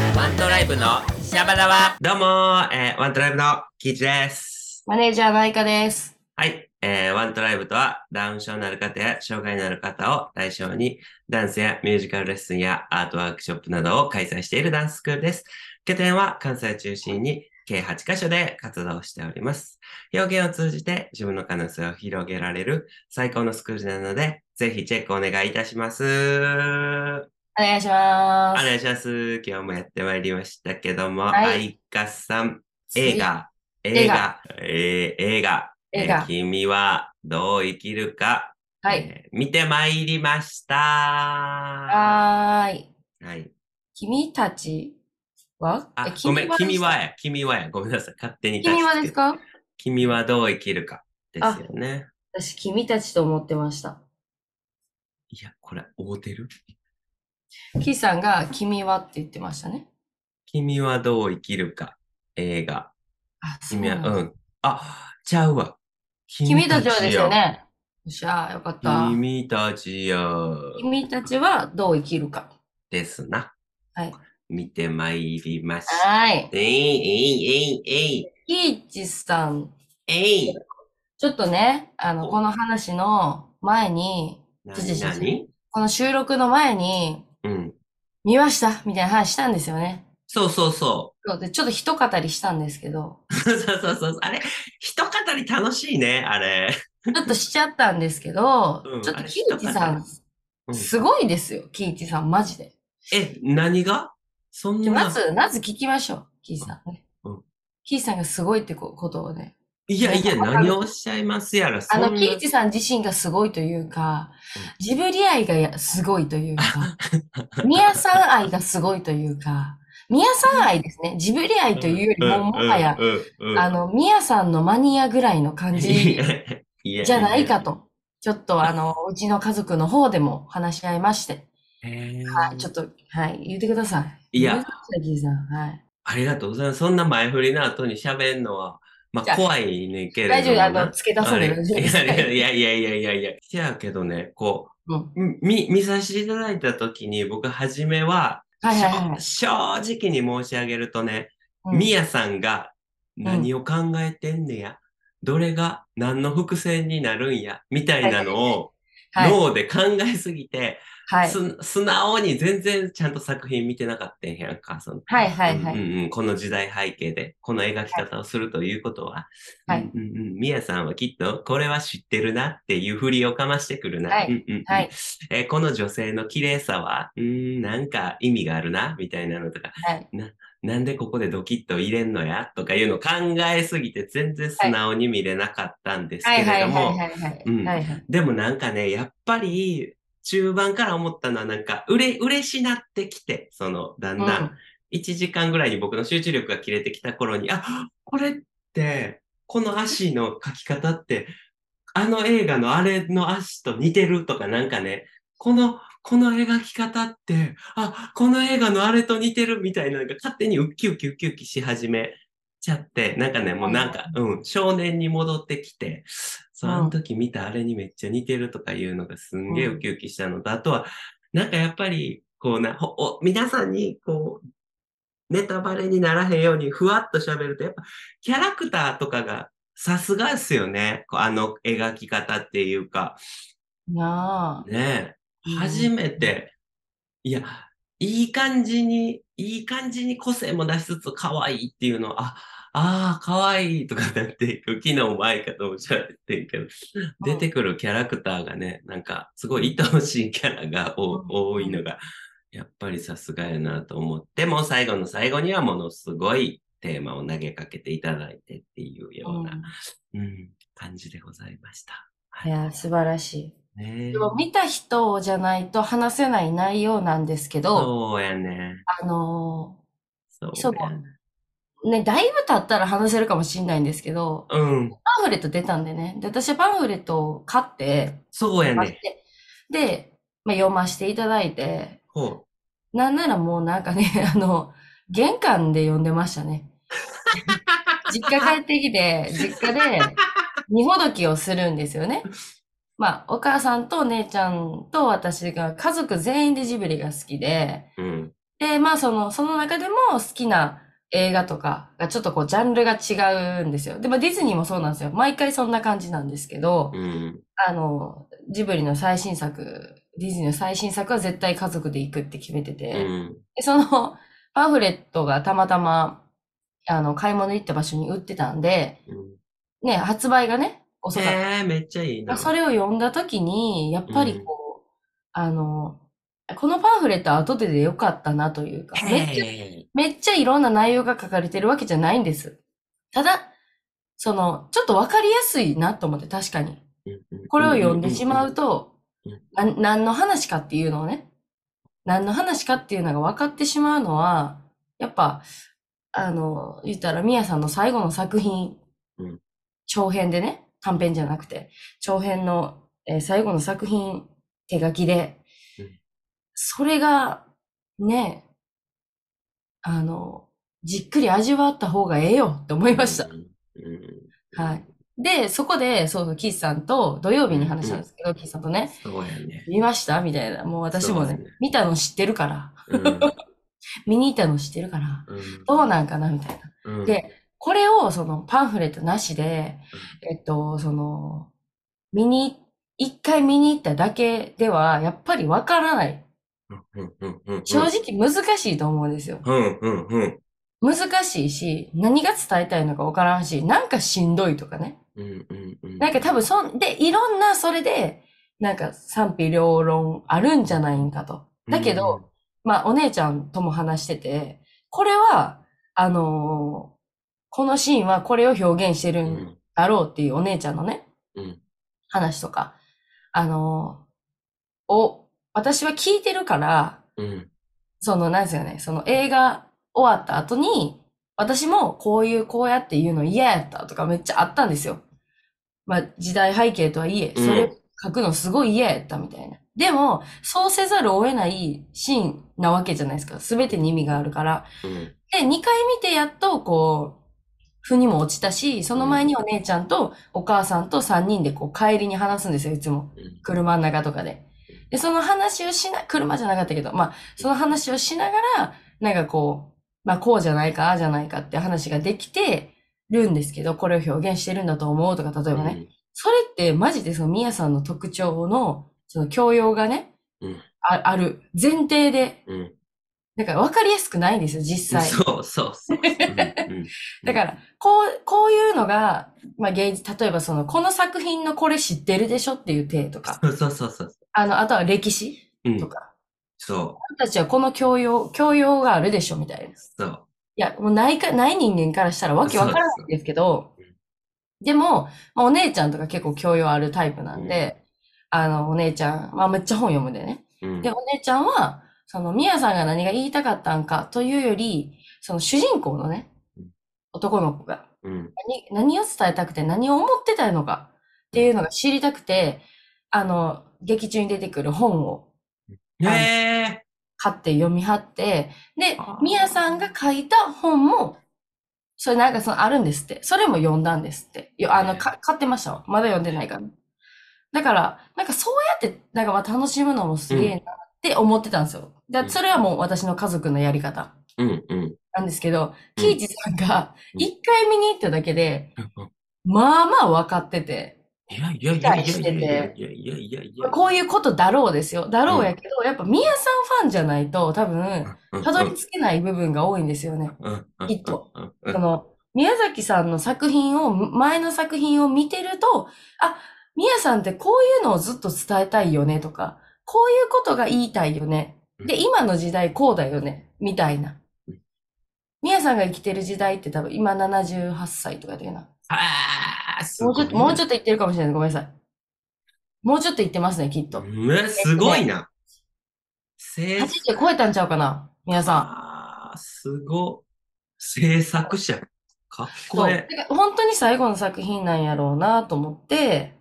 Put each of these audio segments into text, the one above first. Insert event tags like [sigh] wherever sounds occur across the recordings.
イブのシャバダワ。どうもー、えーワントライブのキイチです。マネージャー内科です。はい、えーワントライブとは、ダウン症のある方や障害のある方を対象に、ダンスやミュージカルレッスンやアートワークショップなどを開催しているダンススクールです。拠点は関西中心に計8カ所で活動しております。表現を通じて自分の可能性を広げられる最高のスクールなので、ぜひチェックお願いいたします。お願いしまおす。願いします。今日もやってまいりましたけども、はい相川さん、映画、映映画画、えー映画、えー映画。君はどう生きるか、はい。えー見てまいりました。ははーい。い。君たちはあえ、ごめん、です君はや、君はや、ごめんなさい、勝手に君は出しでてすか君はどう生きるかですよね。私、君たちと思ってました。いや、これ、合うてるキーさんが君はって言ってましたね。君はどう生きるか、映画。あ、そう君なは、んだうん。あ、ちゃうわ。君たちはですよよ。ね。よっしゃー、よかった。君たちよ。君たちはどう生きるか。ですな。はい。見てまいりましはーい。た。えいえいえいキーチさん、えいえい。ちょっとね、あの、おこの話の前に、なちょにちょなちょにこの収録の前に、うん。見ましたみたいな話したんですよね。そうそうそそうで、ちょっと一語りしたんです [laughs] けど、う。そうそうそうそう。あれ、一語り楽しいね、あれ。ちょっとしちゃったんですけど、うんちょっあとれキイチ一さん、うんすごいですよ、キイチさん、マジで。え、何がそんじゃな。まず、まず聞きましょう、キイチさんねうん。キイチさんがすごいってこことをね。いやいや、なんか何をおっしゃいますやら、そあんなの、。キイチさん自身がすごいというかうん、ジブリ愛がやすごいという [laughs] か、ミヤさん愛がすごいというか、ミヤさん愛ですね。ジブリ愛というよりも、もはや、うん、うんうんあの、ミヤさんのマニアぐらいの感じ。じゃないか。と。ちょっとあの、うちの家族の方でも話し合いまして。いやいやいやへーはい、ちょっと、はい、言ってください。いや言ってくださいギーさん。はい。ありがとうございます。そんな前振りの後に喋るのは、まじゃああ怖いねんけれども大丈夫、なあの、付け出さあなれいで大丈夫いです。や [laughs] いやいやいやいやいや。せやけどね、こうんう、み見させていただいたときに、僕、初めは、はいはいはい。正直に申し上げるとね、うんみやさんが何を考えてんねや、どれが何の伏線になるんや、みたいなのをはい。脳で考えすぎて、はい。す素直に全然ちゃんと作品見てなかったんやんか、そのはいはいはうい。んうんうん、この時代背景で、この描き方をするということは、はいうんうんうん、みやさんはきっとこれは知ってるなっていうふりをかましてくるな。はいうんうんうんはいえーこの女性の綺麗さは、うーん、なんか意味があるな、みたいなのとか、はいな、なんでここでドキッと入れんのやとかいうのを考えすぎて全然素直に見れなかったんですはけいはれいどはいも、はいはい。うんはいはい。でもなんかね、やっぱり中盤から思ったのはなんか、うれ、嬉しなってきて、その、だんうだん。ん1時間ぐらいに僕の集中力が切れてきた頃に、あ、これって、この足の描き方って、あの映画のあれの足と似てるとかなんかね、この、この描き方って、あ、この映画のあれと似てるみたいなのが勝手にウッキウッキウッキウッキし始めちゃって、なんかね、もうなんか、うん、少年に戻ってきて、そう、うんあの時見たあれにめっちゃ似てるとかいうのがすんげえうんウキウキしたのと、あとは、なんかやっぱり、こうな、ほお皆さんに、こう、ネタバレにならへんようにふわっと喋ると、やっぱ、キャラクターとかがさすがですよね。こうあの描き方っていうか、なあ。ねえうん初めて、いや、いい感じに、いい感じに個性も出しつつ可愛いっていうのを、あ、ああ、可愛いとかなって、昨日前かとおっしゃってんけど、出てくるキャラクターがね、なんかすごい愛おしいキャラがお多いのが、やっぱりさすがやなと思って、もう最後の最後にはものすごいテーマを投げかけていただいてっていうような、うん感じでございました。いや、素晴らしねい。えでも見た人じゃないと話せない内容なんですけど、そうやね。あのそうそうやね。ーね、だいぶ経ったら話せるかもしれないんですけど、うん。パンフレット出たんでね。で、私はパンフレットを買って、そうや買っね。てで、まあ、読ませていただいて、ほなんならもうなんかね、 [laughs] あの、玄関で読んでましたね。実家帰ってきて、実家で荷ほどきをするんですよね。まあ、お母さんとお姉ちゃんと私が家族全員でジブリが好きで、う。うん。で、まあその、その中でも好きな映画とかがちょっとこうジャンルが違うんですよ。で、まあディズニーもそうなんですよ。毎回そんな感じなんですけど、うん。あの、ジブリの最新作、ディズニーの最新作は絶対家族で行くって決めてうて、ん。でそのパンフレットがたまたま、あの、買い物行った場所に売ってたんで、うんね、発売がね、遅かった。えー、めっちゃいいな。それを読んだ時に、やっぱりこう、あの、このパンフレットは後ででよかったなというか、めっちゃ、へめっちゃいろんな内容が書かれてるわけじゃないんです。ただ、その、ちょっとわかりやすいなと思って、確かに。ーうんこれを読んでしまうとうんうん、な、何の話かっていうのをね、何の話かっていうのが分かってしまうのは、やっぱ、あの、言ったら、ミヤさんの最後の作品うん、長編でね、短編じゃなくて、長編の、えー最後の作品、手書きでうん、それが、ね、あの、じっくり味わった方がええよって思いました。。うんうんはい。で、そこで、そうそう、キースさんと土曜日に話したんですけど、キースさんとね、そうやね。見ましたみたいな。もう私そもうねですね、見たの知ってるから、うん見に行ったの知ってるから、どうなんかなみたいな。うんうんでこれを、その、パンフレットなしで、えっと、その、見に、一回見に行っただけでは、やっぱりわからない。うんうんうん正直難しいと思うんですよ。うんうんうん難しいし、何が伝えたいのかわからんし、なんかしんどいとかね。うんうんうんなんか多分そん、で、いろんなそれで、なんか賛否両論あるんじゃないんかと。だけど、、まあお姉ちゃんとも話してて、これは、あのーこのシーンはこれを表現してるうんだろうっていうお姉ちゃんのね、うん話とか、あのーを、私は聞いてるから、うんその、なんですよね、その映画終わった後に、私もこういう、こうやって言うの嫌やったとかめっちゃあったんですよ。まあ、時代背景とはいえ、うんそれを書くのすごい嫌やったみたいな。でも、そうせざるを得ないシーンなわけじゃないですか。すべてに意味があるから。うんで、2回見てやっと、こう、腑にも落ちたし、その前にお姉ちゃんとお母さんと3人でこう帰りに話すんですよ、いつも。うん車の中とかで。で、その話をしな、車じゃなかったけど、まあ、その話をしながら、なんかこう、まあ、こうじゃないか、ああじゃないかって話ができてるんですけど、これを表現してるんだと思うとか、例えばね。それってマジでそのミヤさんの特徴の、その教養がね、うんあある前提で、うんうんなんか分かりやすくないんですよ、実際。そうそうそう。うんうんだから、こう、こういうのが、まあ、芸術、例えばその、この作品のこれ知ってるでしょっていう体とか、そうそうそうそう。あの、あとは歴史うんとか、そ僕たちはこの教養、教養があるでしょみたいな。いうそう。や、もうないか、ない人間からしたらわけわからないんですけどそうです、でも、まあ、お姉ちゃんとか結構教養あるタイプなんで、あの、お姉ちゃん、まあめっちゃ本読むんでね。うんで、お姉ちゃんは、その、ミヤさんが何が言いたかったんかというより、その主人公のねうん、男の子がうん何、何を伝えたくて何を思ってたのかっていうのが知りたくて、あの、劇中に出てくる本をね買って読み張って、であー、みやさんが書いた本も、それなんかそのあるんですって。それも読んだんですって。よあの、ねか買ってましたわ。まだ読んでないから。だから、なんかそうやって、なんかまあ楽しむのもすげえなって思ってたんですよ。うで、んそれはもう私の家族のやり方え。うんうん。なんですけど、うんキイチさんがうん一回見に行っただけで、まあまあ分かってて、いやいやいやいやいやいやいやいやいやいや。こういうことだろうですよ。だろうやけど、やっぱみやさんファンじゃないと多分、うんたどり着けない部分が多いんですよね。うんうんきっとうんうんその、宮崎さんの作品を、前の作品を見てると、あ、宮さんってこういうのをずっと伝えたいよねとか、こういうことが言いたいよね。うで、ん今の時代こうだよね、みたいなうん。宮さんが生きてる時代って多分今78歳とかだよな。ああ、すもうごちょいっと、もうちょっと言ってるかもしれない。ごめんなさい。もうちょっと言ってますね、きっと。ね、すごいな。制作80超えたんちゃうかな皆さん。あーすご。制作者。かっこそうえだから本当に最後の作品なんやろうなと思って、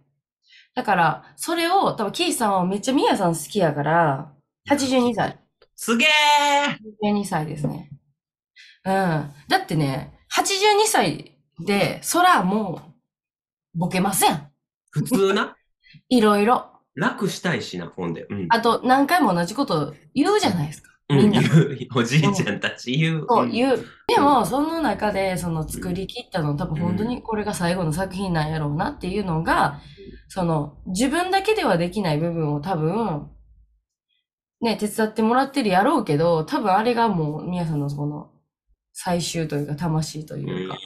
だから、それを、多分、キーさんはめっちゃミヤさん好きやから、82歳。え。すげえ82歳ですね。うん。だってね、82歳で、そらもう、ボケません。普通な。いろいろ。楽したいしな、ほんで。うん。あと、何回も同じこと言うじゃないですか。うんみんな言うおじいちゃんたち言う。とんいう。でも、その中で、その作り切ったの、多分本当にこれが最後の作品なんやろうなっていうのが、その、自分だけではできない部分を多分、ね、手伝ってもらってるやろうけど、多分あれがもう、皆さんのその、最終というか、魂というか。っ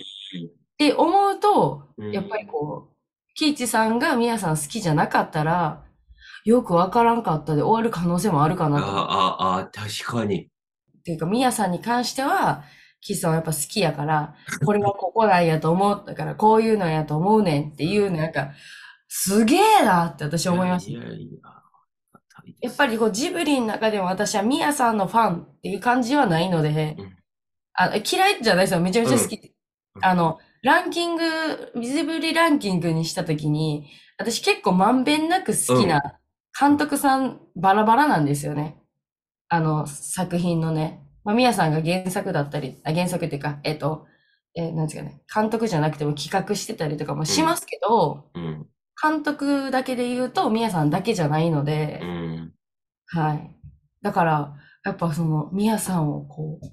て思うと、うんやっぱりこう、キイチさんがミヤさん好きじゃなかったら、よくわからんかったで終わる可能性もあるかあなと。あ、ああ、確かに。っていうか、ミヤさんに関しては、キイチさんはやっぱ好きやから、これはここなんやと思ったから、こういうのやと思うねんっていう、なんか、すげえなって私思いました。ややいややっぱりこう、ジブリの中でも私はミヤさんのファンっていう感じはないのでうん、あ嫌いじゃないですよ。めちゃめちゃ好きって。うんあの、ランキング、ジブリランキングにしたときに、私結構まんべんなく好きな監督さんバラバラなんですよね。あの、作品のね。まあ、ミヤさんが原作だったり、あ原作っていうか、えっ、と、えーなんですかね、監督じゃなくても企画してたりとかもしますけど、うん、監督だけで言うと、ミヤさんだけじゃないのでう、ん。はい。だから、やっぱその、ミヤさんをこう、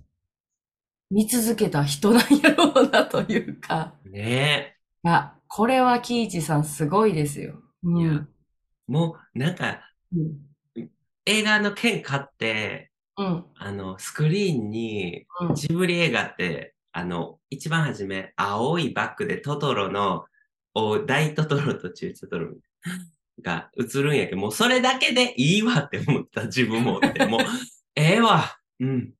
見続けた人なんやろうなというか、ねいや、これは喜一さんすごいですよ。うえ。いん。や、もう、なんか、うん。映画の券買って、うん。あの、スクリーンに、うんジブリ映画って、あの、一番初め、青いバッグでトトロの、お大トトロと中トトロが映るんやけど、もうそれだけでいいわって思った自分もおって、 [laughs] もう、ええわ、うん。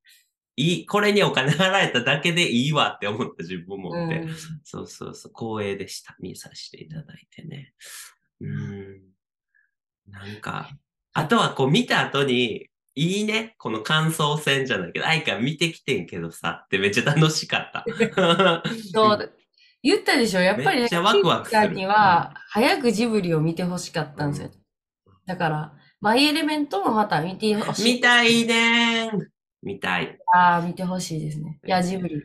いい、これにお金払えただけでいいわって思った自分もおって、うんそうそうそう、光栄でした。見させていただいてね。うん。なんか、あとはこう見た後に、いいね、この感想戦じゃないけど、愛花見てきてんけどさってめっちゃ楽しかった。そうだ言ったでしょやっぱりめね、っちゃワクワクする喜一さんには、早くジブリを見てほしかったんですよ。だから、マイエレメントもまた見てほ [laughs] し見い。たいねー見たい。ああ、見てほしいですね。いや、ジブリ、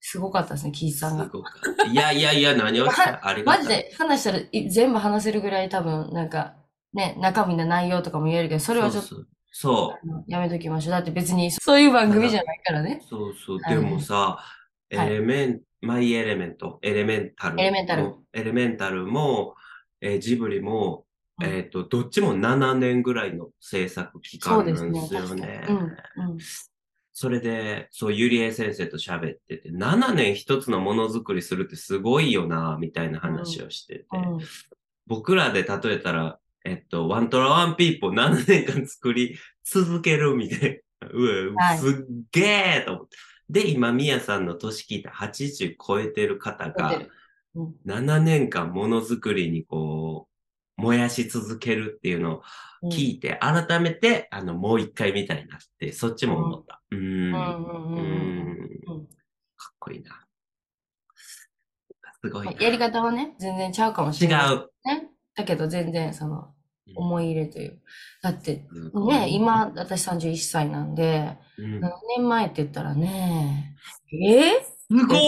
すごかったですね、喜一すさんが。ごかった。いやいやいや、何をしたありがマとう。ジで話したらい全部話せるぐらい多分、なんか、ね、中身の内容とかも言えるけど、それはちょっとそうそう。やめときましょう。だって別に、そういう番組じゃないからね。そうそう。はいでもさ、エはいレメン、マイエレメント、エレメンタルも。エレメンタルエレメンタルも、えージブリも、うんえっと、どっちも7年ぐらいの制作期そ間うでなすんでね。すよ確かにね。。うん。うん。それで、そう、ゆりえ先生と喋ってて、7年一つのものづくりするってすごいよな、みたいな話をしてて、うん僕らで例えたら、えっと、ワントラワンピーポー7年間作り続けるみたいな。うはわ、いすっげえと思って。で、今、みやさんの年聞いた80超えてる方覚えがて、るうん7年間ものづくりにこう、燃やし続けるっていうのをうん聞いて、改めて、あの、もう一回見たいなって、そっちも思った。ううんーん。うんううんうんん。うんかっこいいな。すごいまなあ。やり方はね、全然ちゃうかもし違れない。う。ね。だけど全然その思い入れという。だってすごいね、、今私31歳なんで、うん7年前って言ったらね、えすごっ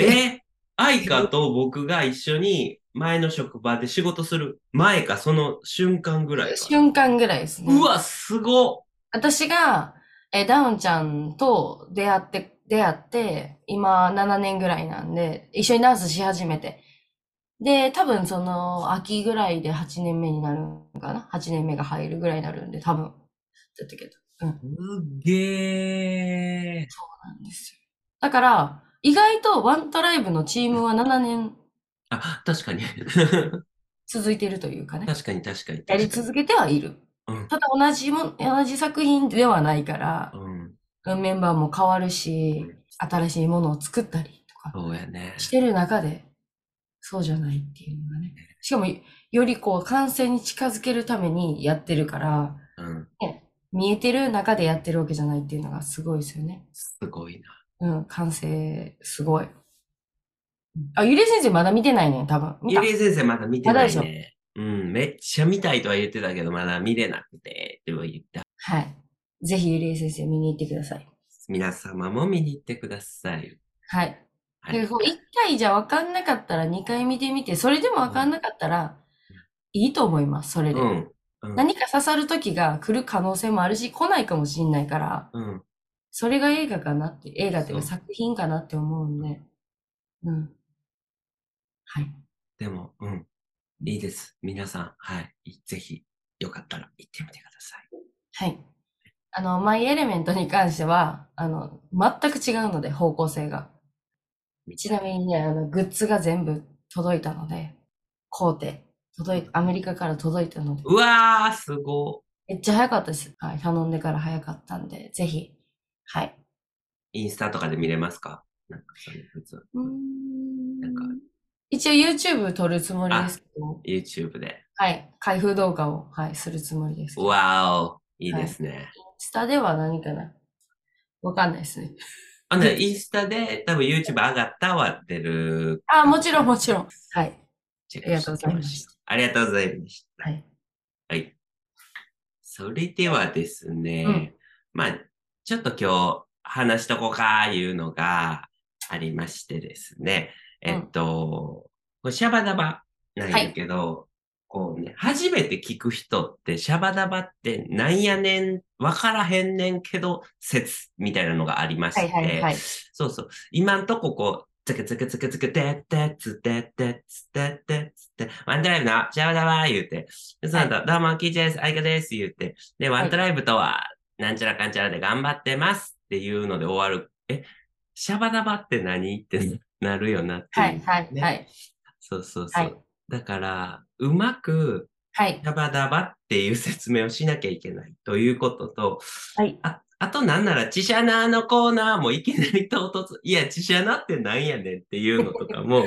え愛花と僕が一緒に前の職場で仕事する前か、その瞬間ぐらいか。瞬間ぐらいですね。うわ、すご私が、え、ダウンちゃんと出会って、出会って、今7年ぐらいなんで、一緒にダンスし始めて。で、多分その、秋ぐらいで8年目になるのかな ?8 年目が入るぐらいになるんで、多分。だったけど。すっげー。なんですよ。だから、意外とワントライブのチームは7年あ、確かに。 [laughs] 続いてるというかね。確かに確かに。やり続けてはいるうん。ただ同じもん、同じ作品ではないから、うん。メンバーも変わるしうん、新しいものを作ったりとかそうやね。してる中で、そうじゃないっていうのがね。しかも、よりこう、完成に近づけるためにやってるから、うん。見えてる中でやってるわけじゃないっていうのがすごいですよね。すごいな。うん、完成、すごい。あ、ゆりえ先生まだ見てないね、多分。見ゆたりえ先生まだ見てまだなでいしょね。うん、めっちゃ見たいとは言ってたけど、まだ見れなくて、っては言った。はい。ぜひゆりえ先生見に行ってください。皆様も見に行ってください。はい。はいで、こう、1回じゃ分かんなかったら2回見てみて、それでも分かんなかったら、いいと思います、それで。うん。うん何か刺さる時が来る可能性もあるし、来ないかもしんないから、うん。それが映画かなって、映画っていうかそう作品かなって思うんで。うん。はい。でも、うん。いいです。皆さん、はい。ぜひ、よかったら行ってみてください。はい。あの、マイエレメントに関しては、あの、全く違うので、方向性が。ちなみにね、あの、グッズが全部届いたので、買うて、届い、アメリカから届いたので、うわー、すごめっちゃ早かったです。はい、頼んでから早かったんで、ぜひ、はい。い。インスタとかで見れますかなんかそういうやつ、なんか一応 YouTube 撮るつもりですけど、 YouTube で。はい、開封動画を、はい、するつもりです。インわーお、いいですね。スタでは何かなわかんないですね。あの、インスタで、多分 YouTube 上がったは出る。あ、もちろん、もちろん。はい。チェありがとうございました。ありがとうございました。はい。はい。それではですね、うんまあ、ちょっと今日話しとこうかいうのがありましてですね、えっと、これシャバダバなんやけど、こうね、初めて聞く人って、シャバダバってなんやねん、わからへんねんけど、説みたいなのがありましはて、い、はい、はい。そうそう。今んとここう、つけつけつけつけてってつってってつってってつって、ワンドライブのシャワダワー言うて、でその後、どうも、キーチです、相方です言うて、で、ワンドライブとは、なんちゃらかんちゃらで頑張ってますっていうので終わる。え、シャバダバって何ってなるよなっていうはい、はい、はねい。そうそうそう。はいだから、うまく、はい。シャバダバっていう説明をしなきゃいけないということと、はいああとなんなら、チシャナーのコーナーもいきなり唐突、いや、チシャナってなんやねんっていうのとか [laughs] も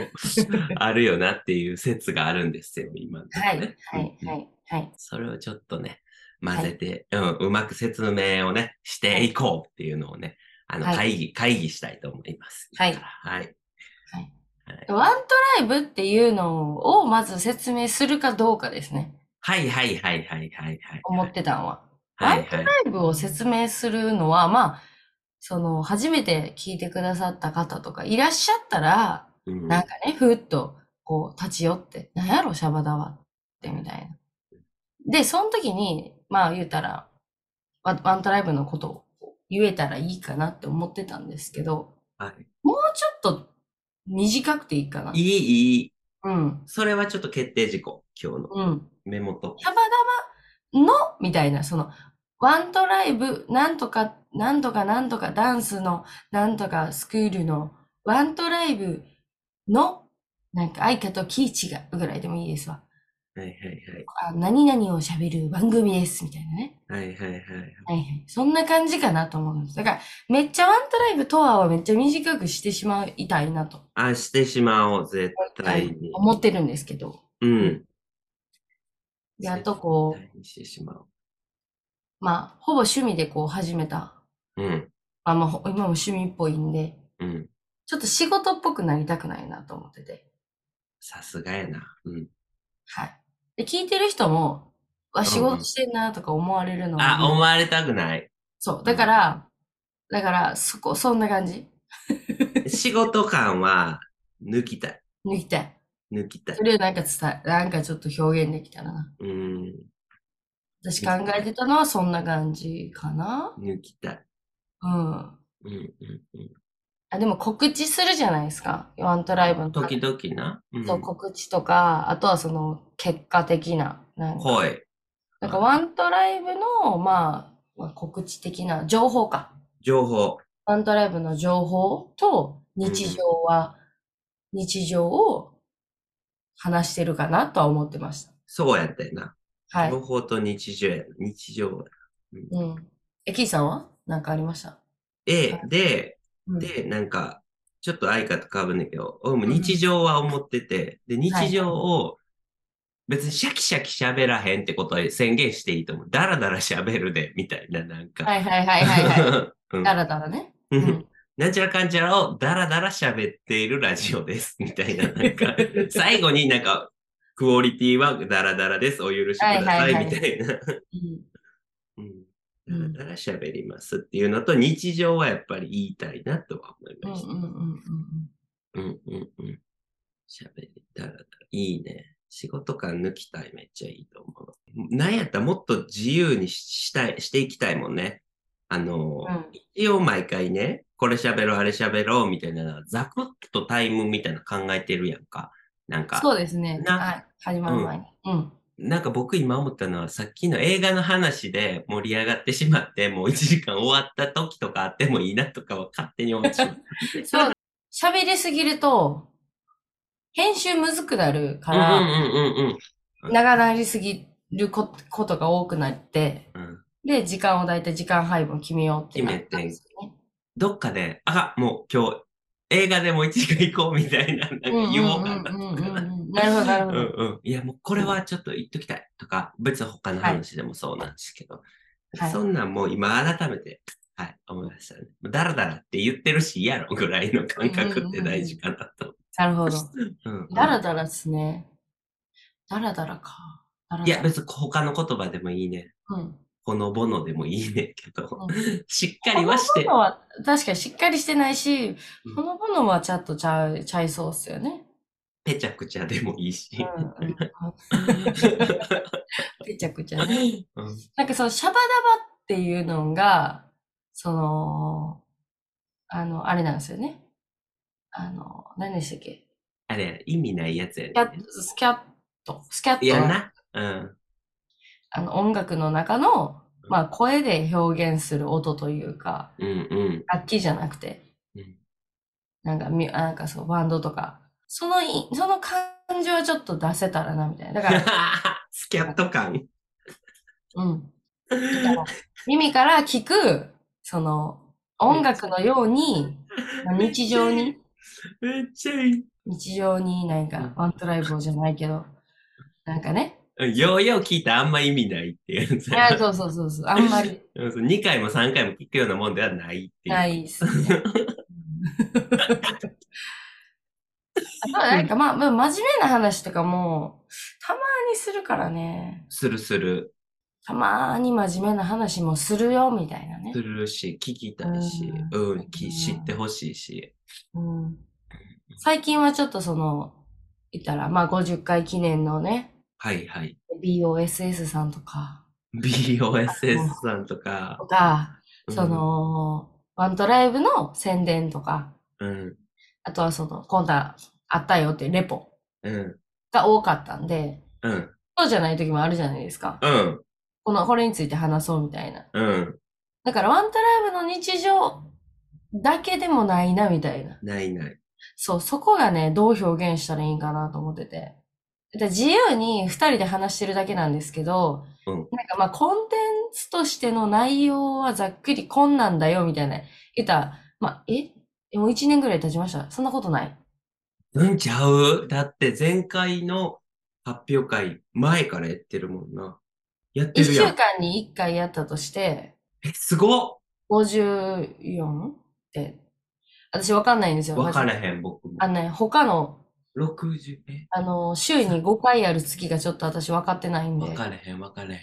あるよなっていう説があるんですよ、今のとこはい、ね。はい、うんはうんい、はい。それをちょっとね、混ぜて、うん、うまく説明をね、していこうっていうのをね、あの、はい会議、会議したいと思います。はいはい。はいはいワントライブっていうのをまず説明するかどうかですね。はいはいはいはいはいはい。思ってたんは。はワいントはいラ。イブを説明するのは、まあ、その、初めて聞いてくださった方とかいらっしゃったら、うんなんかね、ふっと、こう、立ち寄って、なんやろ、シャバダワって、みたいな。で、その時に、まあ、言うたら、ワワントライブのことを言えたらいいかなって思ってたんですけど、はいもうちょっと短くていいかな。いい、いい。うん、それはちょっと決定事項、今日のうん。メモと。シャバダバの、みたいな、その、ワントライブ、なんとか、なんとかなんとかダンスの、なんとかスクールの、ワントライブの、なんか相方キイチが、ぐらいでもいいですわ。はいはいあ何々を喋る番組です、みたいなね。はい。はいはいはい。はいはい。そんな感じかなと思うんです。だから、めっちゃワントライブとははめっちゃ短くしてしまいたいなと、あ、してしまおう、絶対に。思ってるんですけど。うん。で、あとこ絶対にしてしまおう、まあ、ほぼ趣味でこう始めた。う。うん。まあまあ、ほ今も趣味っぽいんで、うん。ちょっと仕事っぽくなりたくないなと思ってて。さすがやな。うん。はい。で、聞いてる人も、わ、仕うんう事んしてんなとか思われるのあ、も思われたくない。そう。だから、だから、そこ、そんな感じ。仕事感は、抜きたい。抜きたい。抜きたいそ。れをなんか伝え、なんかちょっと表現できたらな。うん。私考えてたのはそんな感じかな。抜きたい。うん。うんうんうん。あ、でも告知するじゃないですか。ワントライブの。時々な。うん。そう、告知とか、あとはその、結果的な、なんか、声。なんかワントライブの、まあ、まあ、告知的な、情報か。情報。ワントライブの情報と日常は、日常を話してるかなとは思ってました。そうやったよな。はい情。報と日常やな。日常やな。うん。え、キーさんはなんかありましたで、で、うんで、なんか、ちょっと相方かぶんねんけど、俺もうん日常は思ってて、で、はい日常を別にシャキシャキ喋らへんってことは宣言していいと思う。ダラダラ喋るで、みたいな、なんか。はいはいはいはいは [laughs] うい。んだらだらね。ううんん。なんちゃらかんちゃらをダラダラ喋っているラジオです、みたい [laughs] な、なんか、最後になんか、クオリティはダラダラです、お許しくだはさ、いはいはいいみたいな。ううんんうダラんダラ喋りますっていうのと、日常はやっぱり言いたいなとは思いうんましたう。んうんうんうんうんうん。喋りたらいいね。仕事感抜きたいめっちゃいいと思う。なんやったらもっと自由にしたい、していきたいもんね。あの、うん。一応毎回ね、これ喋ろう、あれ喋ろうみたいなのは、ザクッとタイムみたいなの考えてるやんか。なんか、そうですね。なはい。始まる前に。うん。なんか僕今思ったのは、さっきの映画の話で盛り上がってしまって、もう1時間終わった時とかあってもいいなとかは勝手に思ってしまう。そう。喋りすぎると、編集むずくなるうかんうら、んうんうん長なりすぎるこことが多くなって、うん。うんで、時間をだいたい時間配分決めようってなったんですよね。どっかで、あ、もう今日映画でもう1時間行こうみたいな、なんかうんうん言おうかなうんうんとうんか。うんなるほど、なるうほんど。うん。いや、もうこれはちょっと言っときたいとか、別に他の話でもそうなんですけど、はいそんなんもう今改めて、はい、思いましたね。だらだらって言ってるし嫌やろぐらいの感覚って大事かなと。なるほど。うんだらだらですね。だらだらか。だらいだや、ら。別に他の言葉でもいいね。うん。ほのぼのでもいいねんけど、うんしっかりはしてほのぼのは確かにしっかりしてないしうん、ほのぼのはちょっとちゃう、ちゃいそうっすよね。ぺちゃくちゃでもいいし [laughs] う。んうん。ぺちゃくちゃね。うんなんかそのシャバダバっていうのが、その、あの、あれなんですよね。あの、何でしたっけあれ、意味ないやつやスキャッねト、スキャット、スキャットいやはな。うん。あの音楽の中の、まあ声で表現する音というか、うんうん楽器じゃなくて、うん。なんかみ、なんかそう、バンドとか、そのい、その感じはちょっと出せたらな、みたいな。だから、 [laughs] [laughs] スキャット感。うん。だから耳から聞く、その、音楽のように、まあ日常に、 [laughs] めっちゃいい。日常になんか、ワントライブをじゃないけど、なんかね。うんようよう聞いたらあんま意味ないっていうやついや、 [laughs] そうそうそうそう、あんまりうんそう2回も3回も聞くようなもんではないっていう。ないっすね。うんあとはなんかまあ、まあ、真面目な話とかも、たまにするからね。するする。たまに真面目な話もするよ、みたいなねす。るし、聞きたいし、うん、き知ってほしいし。うん、最近はちょっとその、言ったら、まあ50回記念のね、はいはい。 BOSS さんとか、 BOSS さんとかと、か、うんそ、の、ワントライブの宣伝とか、うん、あとはその、今度はあったよっていうレポうん、が多かったんで、うん、そうじゃない時もあるじゃないですか。うん、この、これについて話そうみたいな。うん、だからワントライブの日常だけでもないな、みたいな。ないない。そう、そこがね、どう表現したらいいんかなと思ってて。だから自由に二人で話してるだけなんですけど、うんなんかまあコンテンツとしての内容はざっくりこんなんだよみたいな。言ったら、まあ、えもう一年ぐらい経ちました。そんなことない。うんちゃうだって前回の発表会前からやってるもんな。やって一る週やん。間に一回やったとして、え、すご 54? って。私わかんないんですっよ。わからへん。ん、僕も。あのね、他の、 60、えあの、週に5回ある月がちょっと私分かってないんで。分かれへん分かれへん。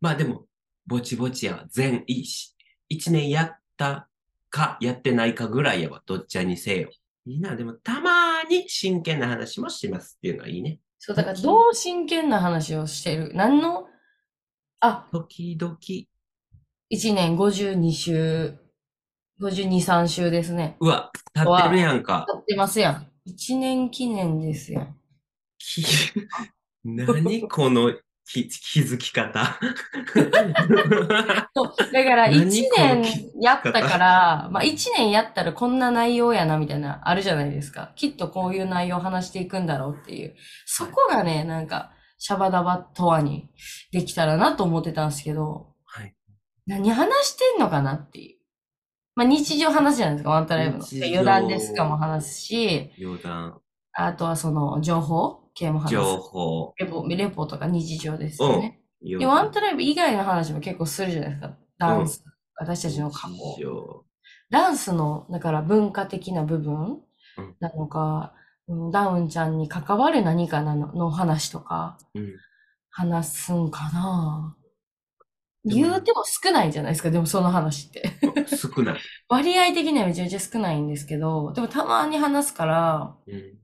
まあでも、ぼちぼちやわ。全一一年やったかやってないかぐらいやわ。どっちゃにせよ。いいな。でも、たまに真剣な話もしますっていうのはいいね。そう、だからどう真剣な話をしてる何のあ、時々。 1年52週、52、3週ですね。うわ、立ってるやんか。経ってますやん。1年記念ですやん。き何このき気づき [laughs] 方。そう、だから何1この年やったから、まあ1年やったらこんな内容やなみたいな、あるじゃないですか。きっとこういう内容を話していくんだろうっていう。そこがね、なんか、シャバダバとはにできたらなと思ってたんですけど、はい何話してんのかなっていう。まあ、日常話じゃないですか、ワンタライブの。日常余談ですかも話すし、余談、あとはその情報系も話す。情報、レポ、レポとか日常ですよね。余で、ワントライブ以外の話も結構するじゃないですか。ダンス。私たちの過去。日常ダンスの、だから文化的な部分うんなのか、うんダウンちゃんに関わる何かなのの話とか、うん話すんかなでも言うても少ないじゃないですか、でもその話って。 [laughs] 少ない。割合的にはめちゃめちゃ少ないんですけど、でもたまに話すから、うん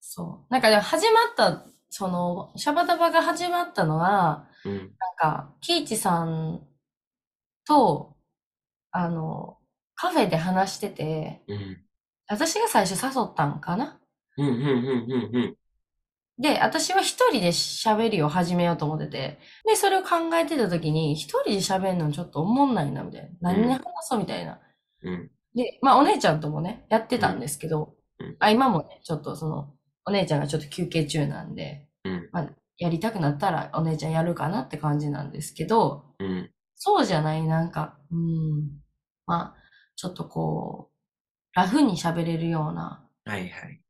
そう。なんかでも始まったその、シャバダバが始まったのは、うん。なんか、キイチさんと、あの、カフェで話してて、うん。私が最初誘ったんかなうん。うん。うん。うん。で、私は一人で喋りを始めようと思ってて、で、それを考えてた時に、一人で喋るのちょっとおもんないな、みたいな。何に話そうみたいな。うん。で、まあお姉ちゃんともね、やってたんですけど、うんうんあ、今もね、ちょっとその、お姉ちゃんがちょっと休憩中なんで、うんまあ、やりたくなったらお姉ちゃんやるかなって感じなんですけど、うん。そうじゃない、なんか、うん、まあ、ちょっとこう、ラフに喋れるような、はいはい。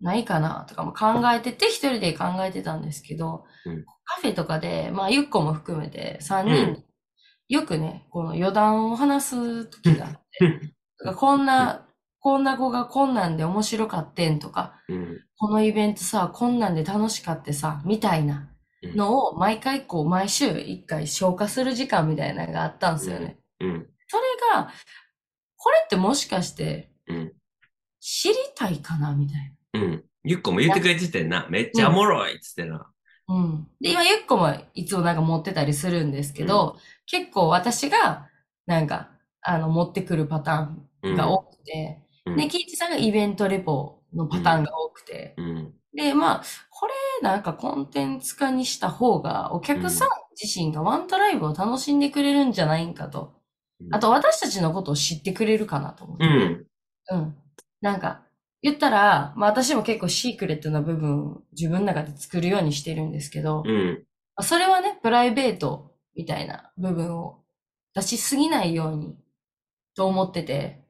ないかなとかも考えてて、一人で考えてたんですけど、うんカフェとかで、まあ、ゆっこも含めて3人、うんよくね、この余談を話す時があっうてん、なんかこんな、こんな子がこんなんで面白かってんとか、うん。このイベントさ、こんなんで楽しかってさ、みたいなのを毎回こう、毎週1回消化する時間みたいなのがあったんですよね。うん。それが、これってもしかしてうん、知りたいかなみたいうん。ゆっこも言ってくれててんな。めっちゃおもろいっつってな。な。うん。で、今、ゆっこもいつもなんか持ってたりするんですけど、結構私が、なんか、あの、持ってくるパタうーンん。が多くて、うんで、キイチさんがイベントレポのパターンが多くて、うん。で、まあ、これ、なんかコンテンツ化にした方が、お客さん自身がワントライブを楽しんでくれるんじゃないんかと。うんあと、私たちのことを知ってくれるかなと思って。うん。うん。なんか、言ったら、まあ私も結構シークレットな部分、自分の中で作るようにしてるんですけど、まうん。あそれはね、プライベートみたいな部分を出しすぎないように、と思ってて。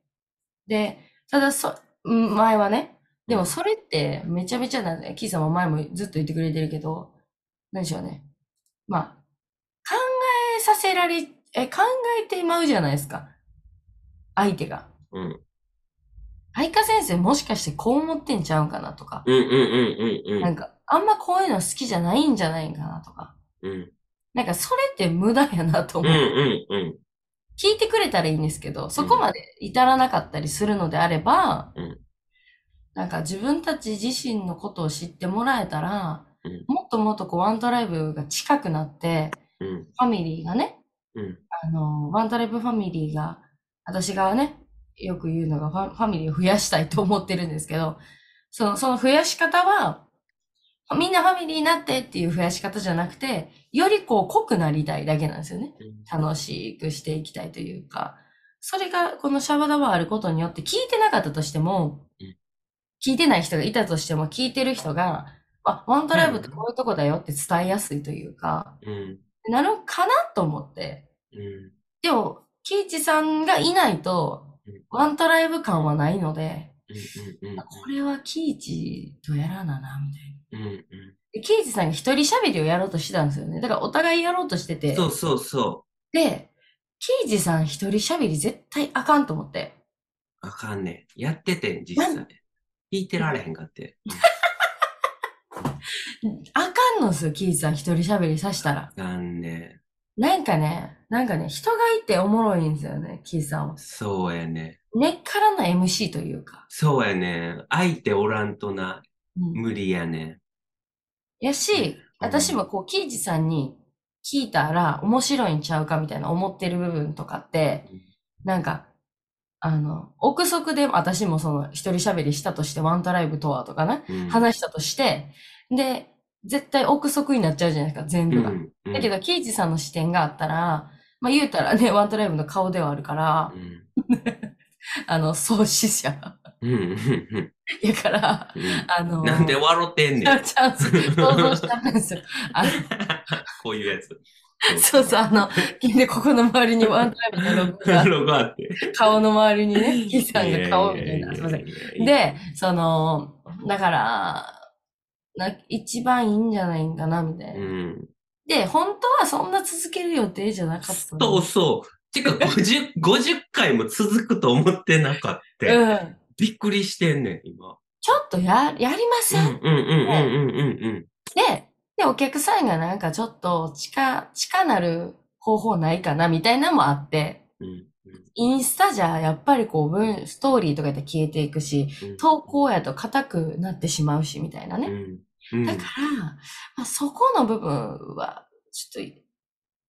で、ただそ、うん前はね、でもそれってめちゃめちゃなんだよ。キーさんも前もずっと言ってくれてるけど、何でしょうね。まあ、考えさせられ、え、考えてまうじゃないですか。相手が。うん。愛花先生もしかしてこう思ってんちゃうんかなとか、うん。うん。うん。うん。うなんん。か、あんまこういうの好きじゃないんじゃないかなとか、うん。なんかそれって無駄やなとう思う。ん。うん。聞いてくれたらいいんですけど、そこまで至らなかったりするのであれば、うんなんか自分たち自身のことを知ってもらえたら、うんもっともっとこうワントライブが近くなって、うん。ファミリーがね、うんあの、ワントライブファミリーが、私がね、よく言うのがファファミリーを増やしたいと思ってるんですけど、その、その増やし方は、みんなファミリーになってっていう増やし方じゃなくて、よりこう濃くなりたいだけなんですよね。楽しくしていきたいというか、それがこのシャバダバあることによって聞いてなかったとしてもうん、聞いてない人がいたとしても聞いてる人が、あ、ワントライブってこういうとこだよって伝えやすいというか、うん。なるかなと思って。うん。でも、キイチさんがいないとうん、ワントライブ感はないので、うん。うん。これはキイチとやらなな、みたいうな。ん。で、キイチさんが一人喋りをやろうとしてたんですよね。だからお互いやろうとしてうん。て。そうそうそで、キイジさん一人喋り絶対あかんと思って。う。あかんねん。やっててん、実際。聞いてられへんかって。あかんのっすよ、キイジさん一人喋りさしたら。あかんねなんかね、なんかね、人がいておもろいんですよね、キイジさんはん。。そうやねん。根っからの MC というか。そうやねん。相手おらんとな、うん無理やねやし、私もこう、キイジさんに聞いたら面白いんちゃうかみたいな思ってる部分とかってうん、なんか、あの、憶測で私もその一人喋りしたとしてワントライブとはとかね、ん。うん、話したとして、で、絶対憶測になっちゃうじゃないですか、全う部が。ん、うん。だけど、ケイジさんの視点があったら、まあ言うたらね、 [laughs] ワントライブの顔ではあるからう、ん、あの、創始者うん、うん、やから、うあの、ん。なんで笑ってんチねん。ャンス、想像したんですよ。あのこういうやつ。 [laughs] そ [laughs] うそう、あの、で、ここの周りにワントライブのロゴが、ロゴあって。顔の周りにね、 [laughs] ケイジさんが顔みたいやな、やすいません。やいや、で、その、だから、な一番いいんじゃないんかな、みたいな。うん。で、本当はそんな続ける予定じゃなかったのそうそう。てか、50、50回も続くと思ってなかった。うん。びっくりしてんねん、今。ちょっとや、やりまうせん、うん、ん、うん、うん、うん、うん。で、で、お客さんがなんかちょっと近、近なる方法ないかなみたいなのもあって、うん、インスタじゃやっぱりこう文、ストーリーとかで消えていくし、うん投稿やと硬くなってしまうし、みたいなうね。ん、うんだから、まあ、そこの部分は、ちょっと、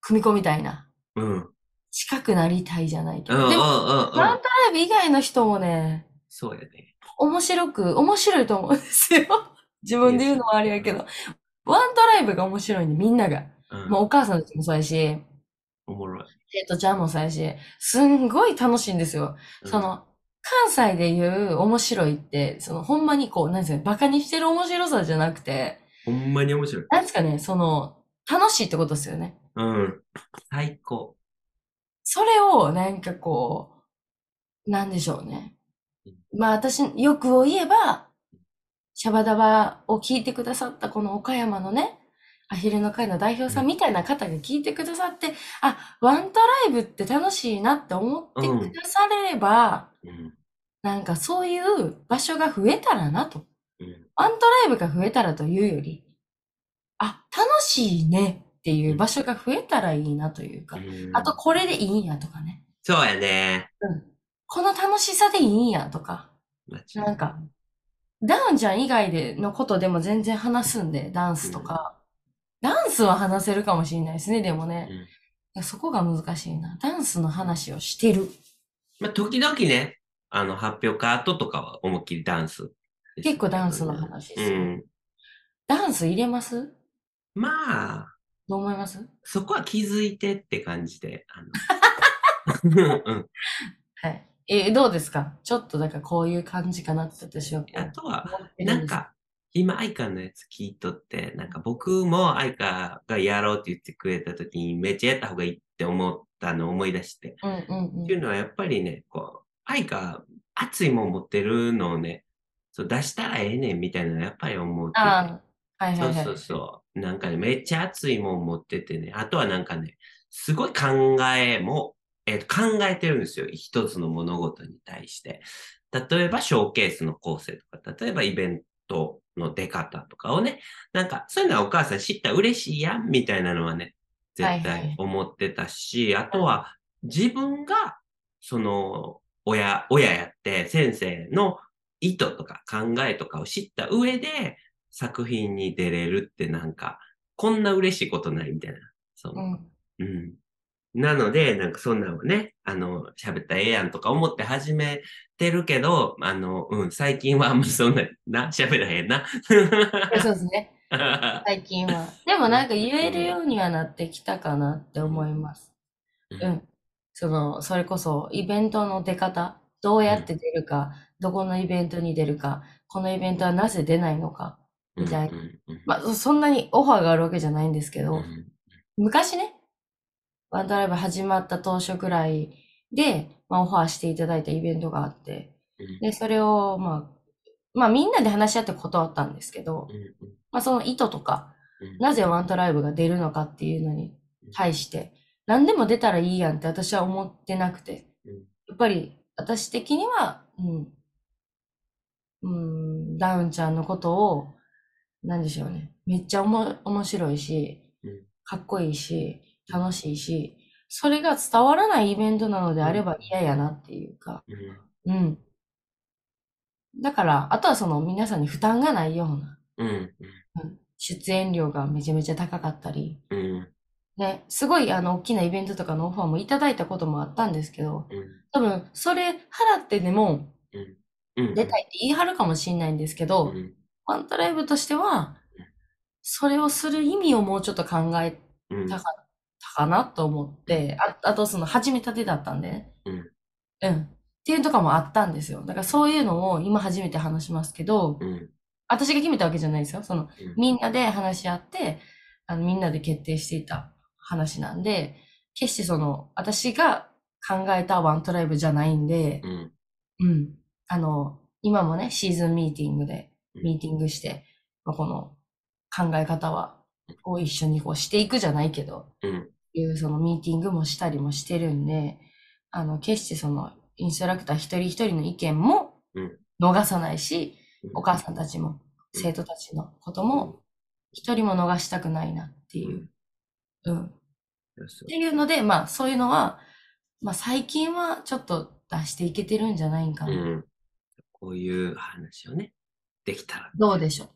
組み込みたいな。うん。うん。近くなりたいじゃないけうん。うんど。でも、うんワントライブ以外の人もね、そうやね。面白く、面白いと思うんですよ。 [laughs] 自分で言うのもあれやけど。ワントライブが面白いんで、みんなが。うん。もうお母さんたちもそうやし、えおもろい。っとちゃんもそうやし、すんごい楽しいんですよ。うんそ、の、関西で言う面白いって、その、ほんまにこう、なんですかね、バカにしてる面白さじゃなくて、ほんまに面白い。なんですかね、その、楽しいってことですよね。うん。最高。それを、なんかこう、なんでしょうね。まあ私、欲を言えば、シャバダバを聞いてくださったこの岡山のね、アヒルの会の代表さんみたいな方が聞いてくださって、あ、ワントライブって楽しいなって思ってくだされれば、うん。なんかそういう場所が増えたらなと。うん。ワントライブが増えたらというより、あ、楽しいねっていう場所が増えたらいいなというか、あと、これでいいんやとかね。そうやね。この楽しさでいいんやとか、間違いなんか、ダウンちゃん以外でのことでも全然話すんで、ダンスとか。ダンスは話せるかもしれないですね、でもね。うんいやそこが難しいな。ダンスの話をしてる。まあ、時々ね、あの、発表会後とかは思いっきりダンス。結構ダンスの話ですうよ。ん。ダンス入れますまあ、どう思いますそこは気づいてって感じで。あ [laughs] のうん。はい。え、どうですかちょっとなんかこういう感じかなって私はこうあとは、思ってるなんです。か、今、愛花のやつ聞いとって、なんか僕も愛花がやろうって言ってくれた時に、めっちゃやった方がいいって思ったのを思い出して。うんうんっうていん。うのはやっぱりね、こう、愛が熱いもん持ってるのをね、そう出したらええねんみたいなのやっぱり思うっていうね、ああ、はいはいはい。そうそうそう。なんかね、めっちゃ熱いもん持っててね、あとはなんかね、すごい考えも、えっと考えてるんですよ。一つの物事に対して。例えば、ショーケースの構成とか、例えばイベントの出方とかをね、なんか、そういうのはお母さん知ったら嬉しいやんみたいなのはね、絶はいは対い思ってたし、あとは、自分が、その、親、親やって、先生の意図とか考えとかを知った上で、作品に出れるってなんか、こんな嬉しいことないみたいな。そうのん。うん。なので、なんかそんなのね、あの、喋ったらええやんとか思って始めてるけど、あの、うん、最近はあんまそんな、な、喋らへんな。いやそうですね。最近は。でもなんか言えるようにはなってきたかなって思います。うんうん。その、それこそイベントの出方、どうやって出るか、どこのイベントに出るか、このイベントはなぜ出ないのか。みたいな。まあ、そそんなにオファーがあるわけじゃないんですけうど、ん昔ね、ワンドライブ始まった当初くらいで、まあ、オファーしていただいたイベントがあって、うんで、それを、まあ、まあ、みんなで話し合って断ったんですけどう、んうんまあ、その意図とか、うんなぜワントライブが出るのかっていうのに対して、何でも出たらいいやんって私は思ってなくてうん、やっぱり私的には、うん、うん、ダウンちゃんのことを、なんでしょうね、めっちゃおも面白いしうん、かっこいいし、楽しいし、それが伝わらないイベントなのであれば嫌やなっていうか、うん。だから、あとはその皆さんに負担がないような、うんうんうん出演料がめちゃめちゃ高かったり、うんうんね、すごいあの大きなイベントとかのオファーもいただいたこともあったんですけど、うん多分それ払ってでもうん出たいって言い張るかもしれないんですけど、うんワントライブとしては、それをする意味をもうちょっと考えうんたかったかなと思って、ああとその始めたてだったんでね。うん。うん。っていうのとかもあったんですよ。だからそういうのを今初めて話しますけど、うん私が決めたわけじゃないですよ。そのうん、みんなで話し合って、あの、みんなで決定していた話なんで、決してその、私が考えたワントライブじゃないんで、うんうん。あの、今もね、シーズンミーティングで、うんミーティングして、まあこの考え方は、を一緒にこうしていくじゃないけど、うんいうそのミーティングもしたりもしてるんで、あの、決してその、インストラクター一人一人の意見もうん逃さないし、うんお母さんたちも、うん生徒たちのことも、一人も逃したくないなっていう。うん。っそうそうていうので、まあ、そういうのは、まあ、最近はちょっと出していけてるんじゃないんかうな。んこういう話をね、できたら。どうでしょう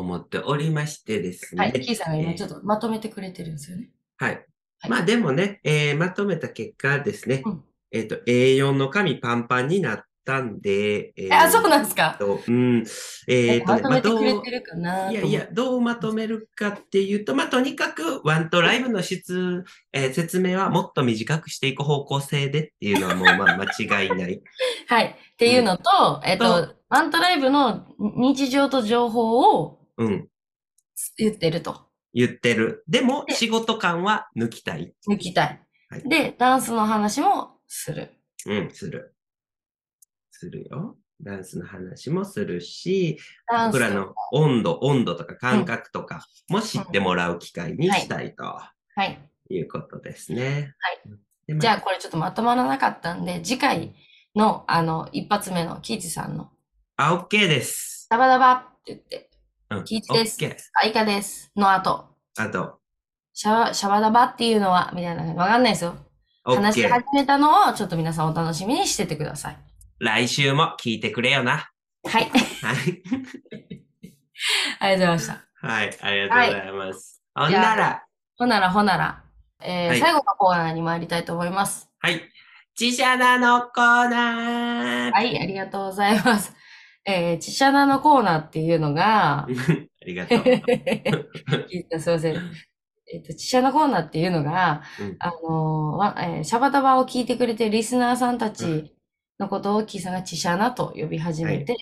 思っておりましてですはい。ね。キーさんがえ今ーちょっとまとめてくれてるんですよね。はい。はいまあでもね、えーまとめた結果ですね、うんえっ、と、A4 の紙パンパンになったんで、えーあ、そうなんですか。と、うん、えっ、とまね、とまあめてどくれうて、るかなと思っていやいや、どうまとめるかっていうと、まあとにかく、ワントライブの質、えー説明はもっと短くしていく方向性でっていうのはもう、まあ間違いない。はい。っていうのと、えっと、ワントライブの日常と情報をうん、言ってると。言ってる。でも、仕事感は抜きたい。抜きたい。はいで、ダンスの話もする。うん、する。するよ。ダンスの話もするし、ダンス僕とらの温度、温度とか感覚とかも知ってもらう機会にはいしたいとはい。いうことですね。はいじゃあこれちょっとまとまらなかったんで、次回の、あの、一発目のキイチさんの、あ、OK です。ダバダバって言って、うんキイチです。 OK アイカです。の後、あと、シャワ、シャワダバっていうのは、みたいな、わかんないですよ。話し OK。始めたのを、ちょっと皆さんお楽しみにしててください。来週も聞いてくれよな。 [laughs] はい。はい。ありがとうございました。はい、ありがとうございます。ほんなら、ほならほなら、えーはい最後のコーナーに参りたいと思います。はい。自社なのコーナー。はい、ありがとうございます。えー、ちしゃなのコーナーっていうの [laughs] が、ありがとう。 [laughs] 聞いたすいません。えっと、ちしゃのコーナーっていうのが、うんあのーわえーシャバダバを聞いてくれてるリスナーさんたちのことを、キーさんがちしゃなと呼び始めて、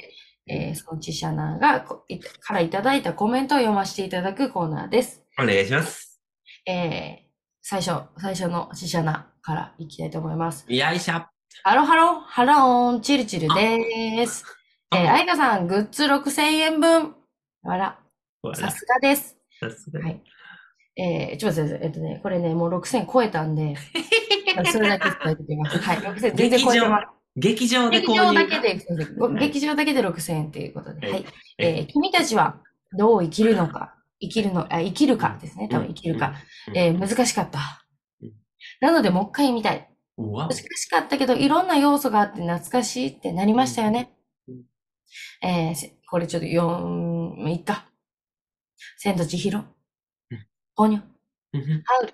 えーそのちしゃながこいからいただいたコメントを読ませていただくコーナーです。お願いします。えー、最初、最初のちしゃなからいきたいと思います。よいしょ。ハロハロ、ハローン、チルチルです。あえー、あいかさん、グッズ6000円分。あら、ほらさすがです。さすがはいえー、ちょっと待ってくださいえっとね、これね、もう6000超えた [laughs] んで、それだけ伝えておきます。はい、6000全然超えてます。劇場で劇購場入だけで、すいませんごはい劇場だけで6000円っていうことで、はいはい。えー君たちはどう生きるのか、生きるの、あ、生きるかですね、多分生きるか。。うんえー難しかったうん。なので、もう一回見たい。うわ難しかったけど、いろんな要素があって懐かしいってなりましたよねうん。えーせこれちょっと4、いっか。千と千尋うん。ポニョ、うんハウル、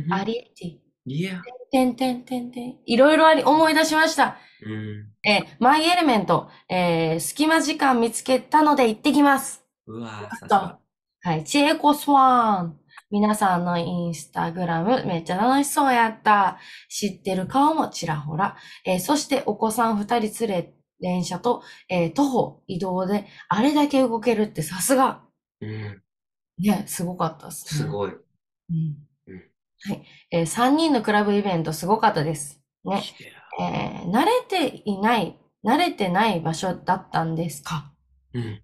うんアリエッティ、いや。てんてんてんてん。いろいろあり、思い出しました。うん。えーマイエレメント、えー隙間時間見つけたので行ってきます。うわさすがが。はい、チエコスワン。皆さんのインスタグラムめっちゃ楽しそうやった。知ってる顔もちらほら。えーそしてお子さん二人連れ、電車と、えー徒歩移動であれだけ動けるってさすが。うん。ね、すごかったですね。すごい。うんうんはい。えー三人のクラブイベントすごかったです。ね。えー慣れていない、慣れてない場所だったんですか。うん。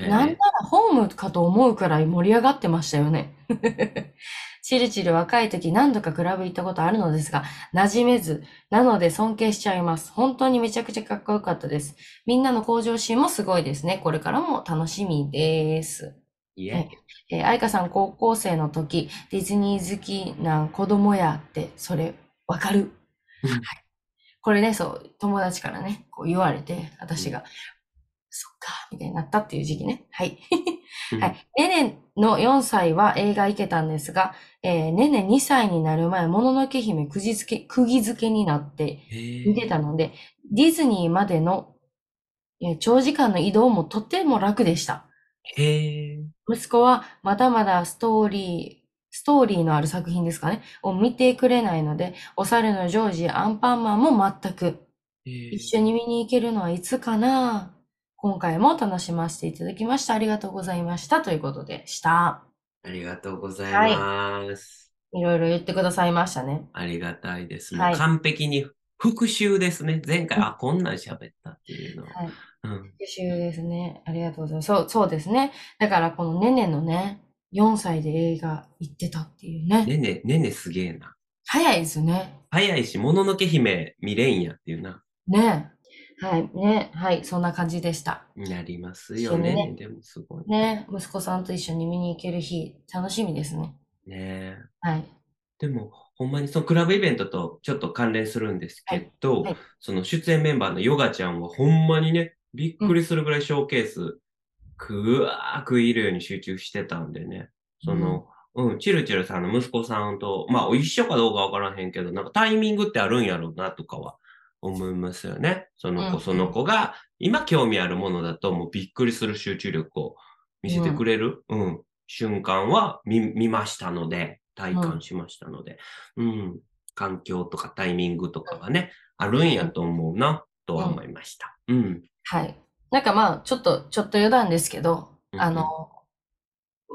なんならホームかと思うくらい盛り上がってましたよね。 [laughs] チルチル若い時何度かクラブ行ったことあるのですが、馴染めず、なので尊敬しちゃいます。本当にめちゃくちゃかっこよかったです。みんなの向上心もすごいですね。これからも楽しみです。イェイえー、愛花さん高校生の時、ディズニー好きな子供やって、それ、わかる、うんはい。これね、そう、友達からね、こう言われて、私が、そっか、みたいになったっていう時期ね。はい。うんはい。ネネの4歳は映画行けたんですが、えー、ネネ2歳になる前、もののけ姫くじつけ、釘付けになってへ見てーたので、ディズニーまでの、えー長時間の移動もとても楽でした。へー息子はまだまだストーリー、ストーリーのある作品ですかね、を見てくれないので、お猿のジョージ、アンパンマンも全く、へー一緒に見に行けるのはいつかな今回も楽しませていただきました。ありがとうございました。ということでした。ありがとうございます。いろいろ言ってくださいましたね。ありがたいです。はもいう完璧に復習ですね。前回、あ、こんなん喋ったっていうのを。はい。うん。復習ですね。ありがとうございます。そう、そうですね。だからこのねねのね、4歳で映画行ってたっていうね。ねね、ねねすげえな。早いですよね。早いし、もののけ姫見れんやっていうな。ねはい、ねはい、そんな感じでした。なりますよそうね。ねねねでもすごい。ね、息子さんと一緒に見に行ける日、楽しみですね。ねえ。はい。でも、ほんまにそのクラブイベントとちょっと関連するんですけど、はいはいその出演メンバーのヨガちゃんはほんまにね、びっくりするぐらいショーケースぐわー食い入るように集中してたんでね。その、うん、チルチルさんの息子さんと、まあ、一緒かどうかわからへんけど、なんかタイミングってあるんやろうなとかは思いますよね。そのうんう子んその子が、今興味あるものだと、もうびっくりする集中力を見せてくれる、うん、瞬間は見見ましたので、体感しましたので、うん、環境とかタイミングとかがね、あるんやと思うな、とは思いました。うん。はい。なんかまあ、ちょっと、ちょっと余談ですけど、うんあの、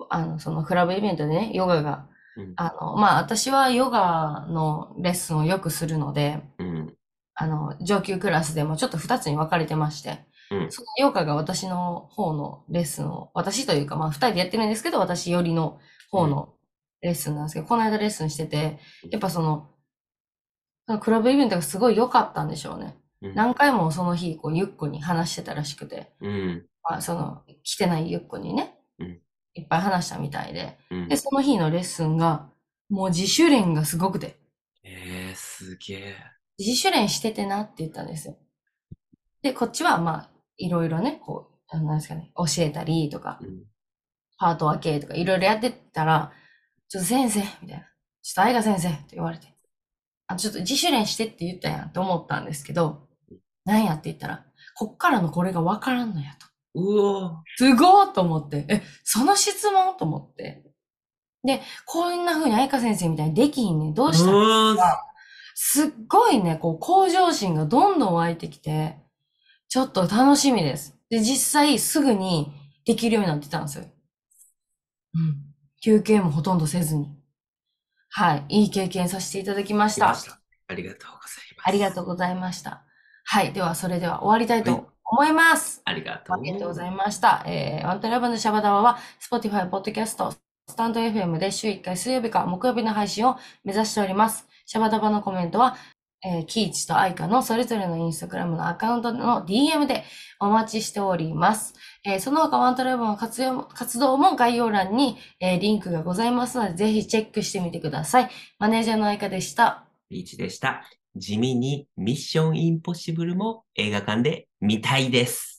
あの、そのクラブイベントでね、ヨガが、うんあの、まあ、私はヨガのレッスンをよくするので、うん。あの、上級クラスでもちょっと二つに分かれてまして、うんそのヨガが私の方のレッスンを、私というか、まあ、二人でやってるんですけど、私よりの方のレッスンなんですけど、この間レッスンしてて、やっぱその、そのクラブイベントがすごい良かったんでしょうね。うん何回もその日、こう、ゆっこに話してたらしくて、うん。まあ、その、来てないゆっこにねうん、いっぱい話したみたいで、うんで、。その日のレッスンが、もう自主練がすごくて、えー、すげえ。自主練しててなって言ったんですよ。で、こっちは、まあ、いろいろね、こう、あのなんですかね、教えたりとか、うんパート分けとか、いろいろやってたら、ちょっと先生、みたいな、ちょっと愛が先生って言われて、あ、ちょっと自主練してって言ったやんと思ったんですけど、なんやって言ったら、こっからのこれがわからんのやと。うおすごーと思って、え、その質問と思って。で、こんな風に愛香先生みたいにできひんねん。どうしたのうわすっごいね、こう、向上心がどんどん湧いてきて、ちょっと楽しみです。で、実際すぐにできるようになってたんですよ。うん。休憩もほとんどせずに。はい。いい経験させていただきまし来また。した。ありがとうございます。ありがとうございました。はい。では、それでは終わりたいと思います。ありがとう。ありがとうございました。えー、ワントラブのシャバダバは、Spotify、Podcast、スタンド FM で週1回水曜日か木曜日の配信を目指しております。シャバダバのコメントは、えー、キイチとアイカのそれぞれのインスタグラムのアカウントの DM でお待ちしております。えー、その他ワントラブの活用も活動も概要欄に、えーリンクがございますので、ぜひチェックしてみてください。マネージャーのアイカでした。リーチでした。地味にミッションインポッシブルも映画館で見たいです。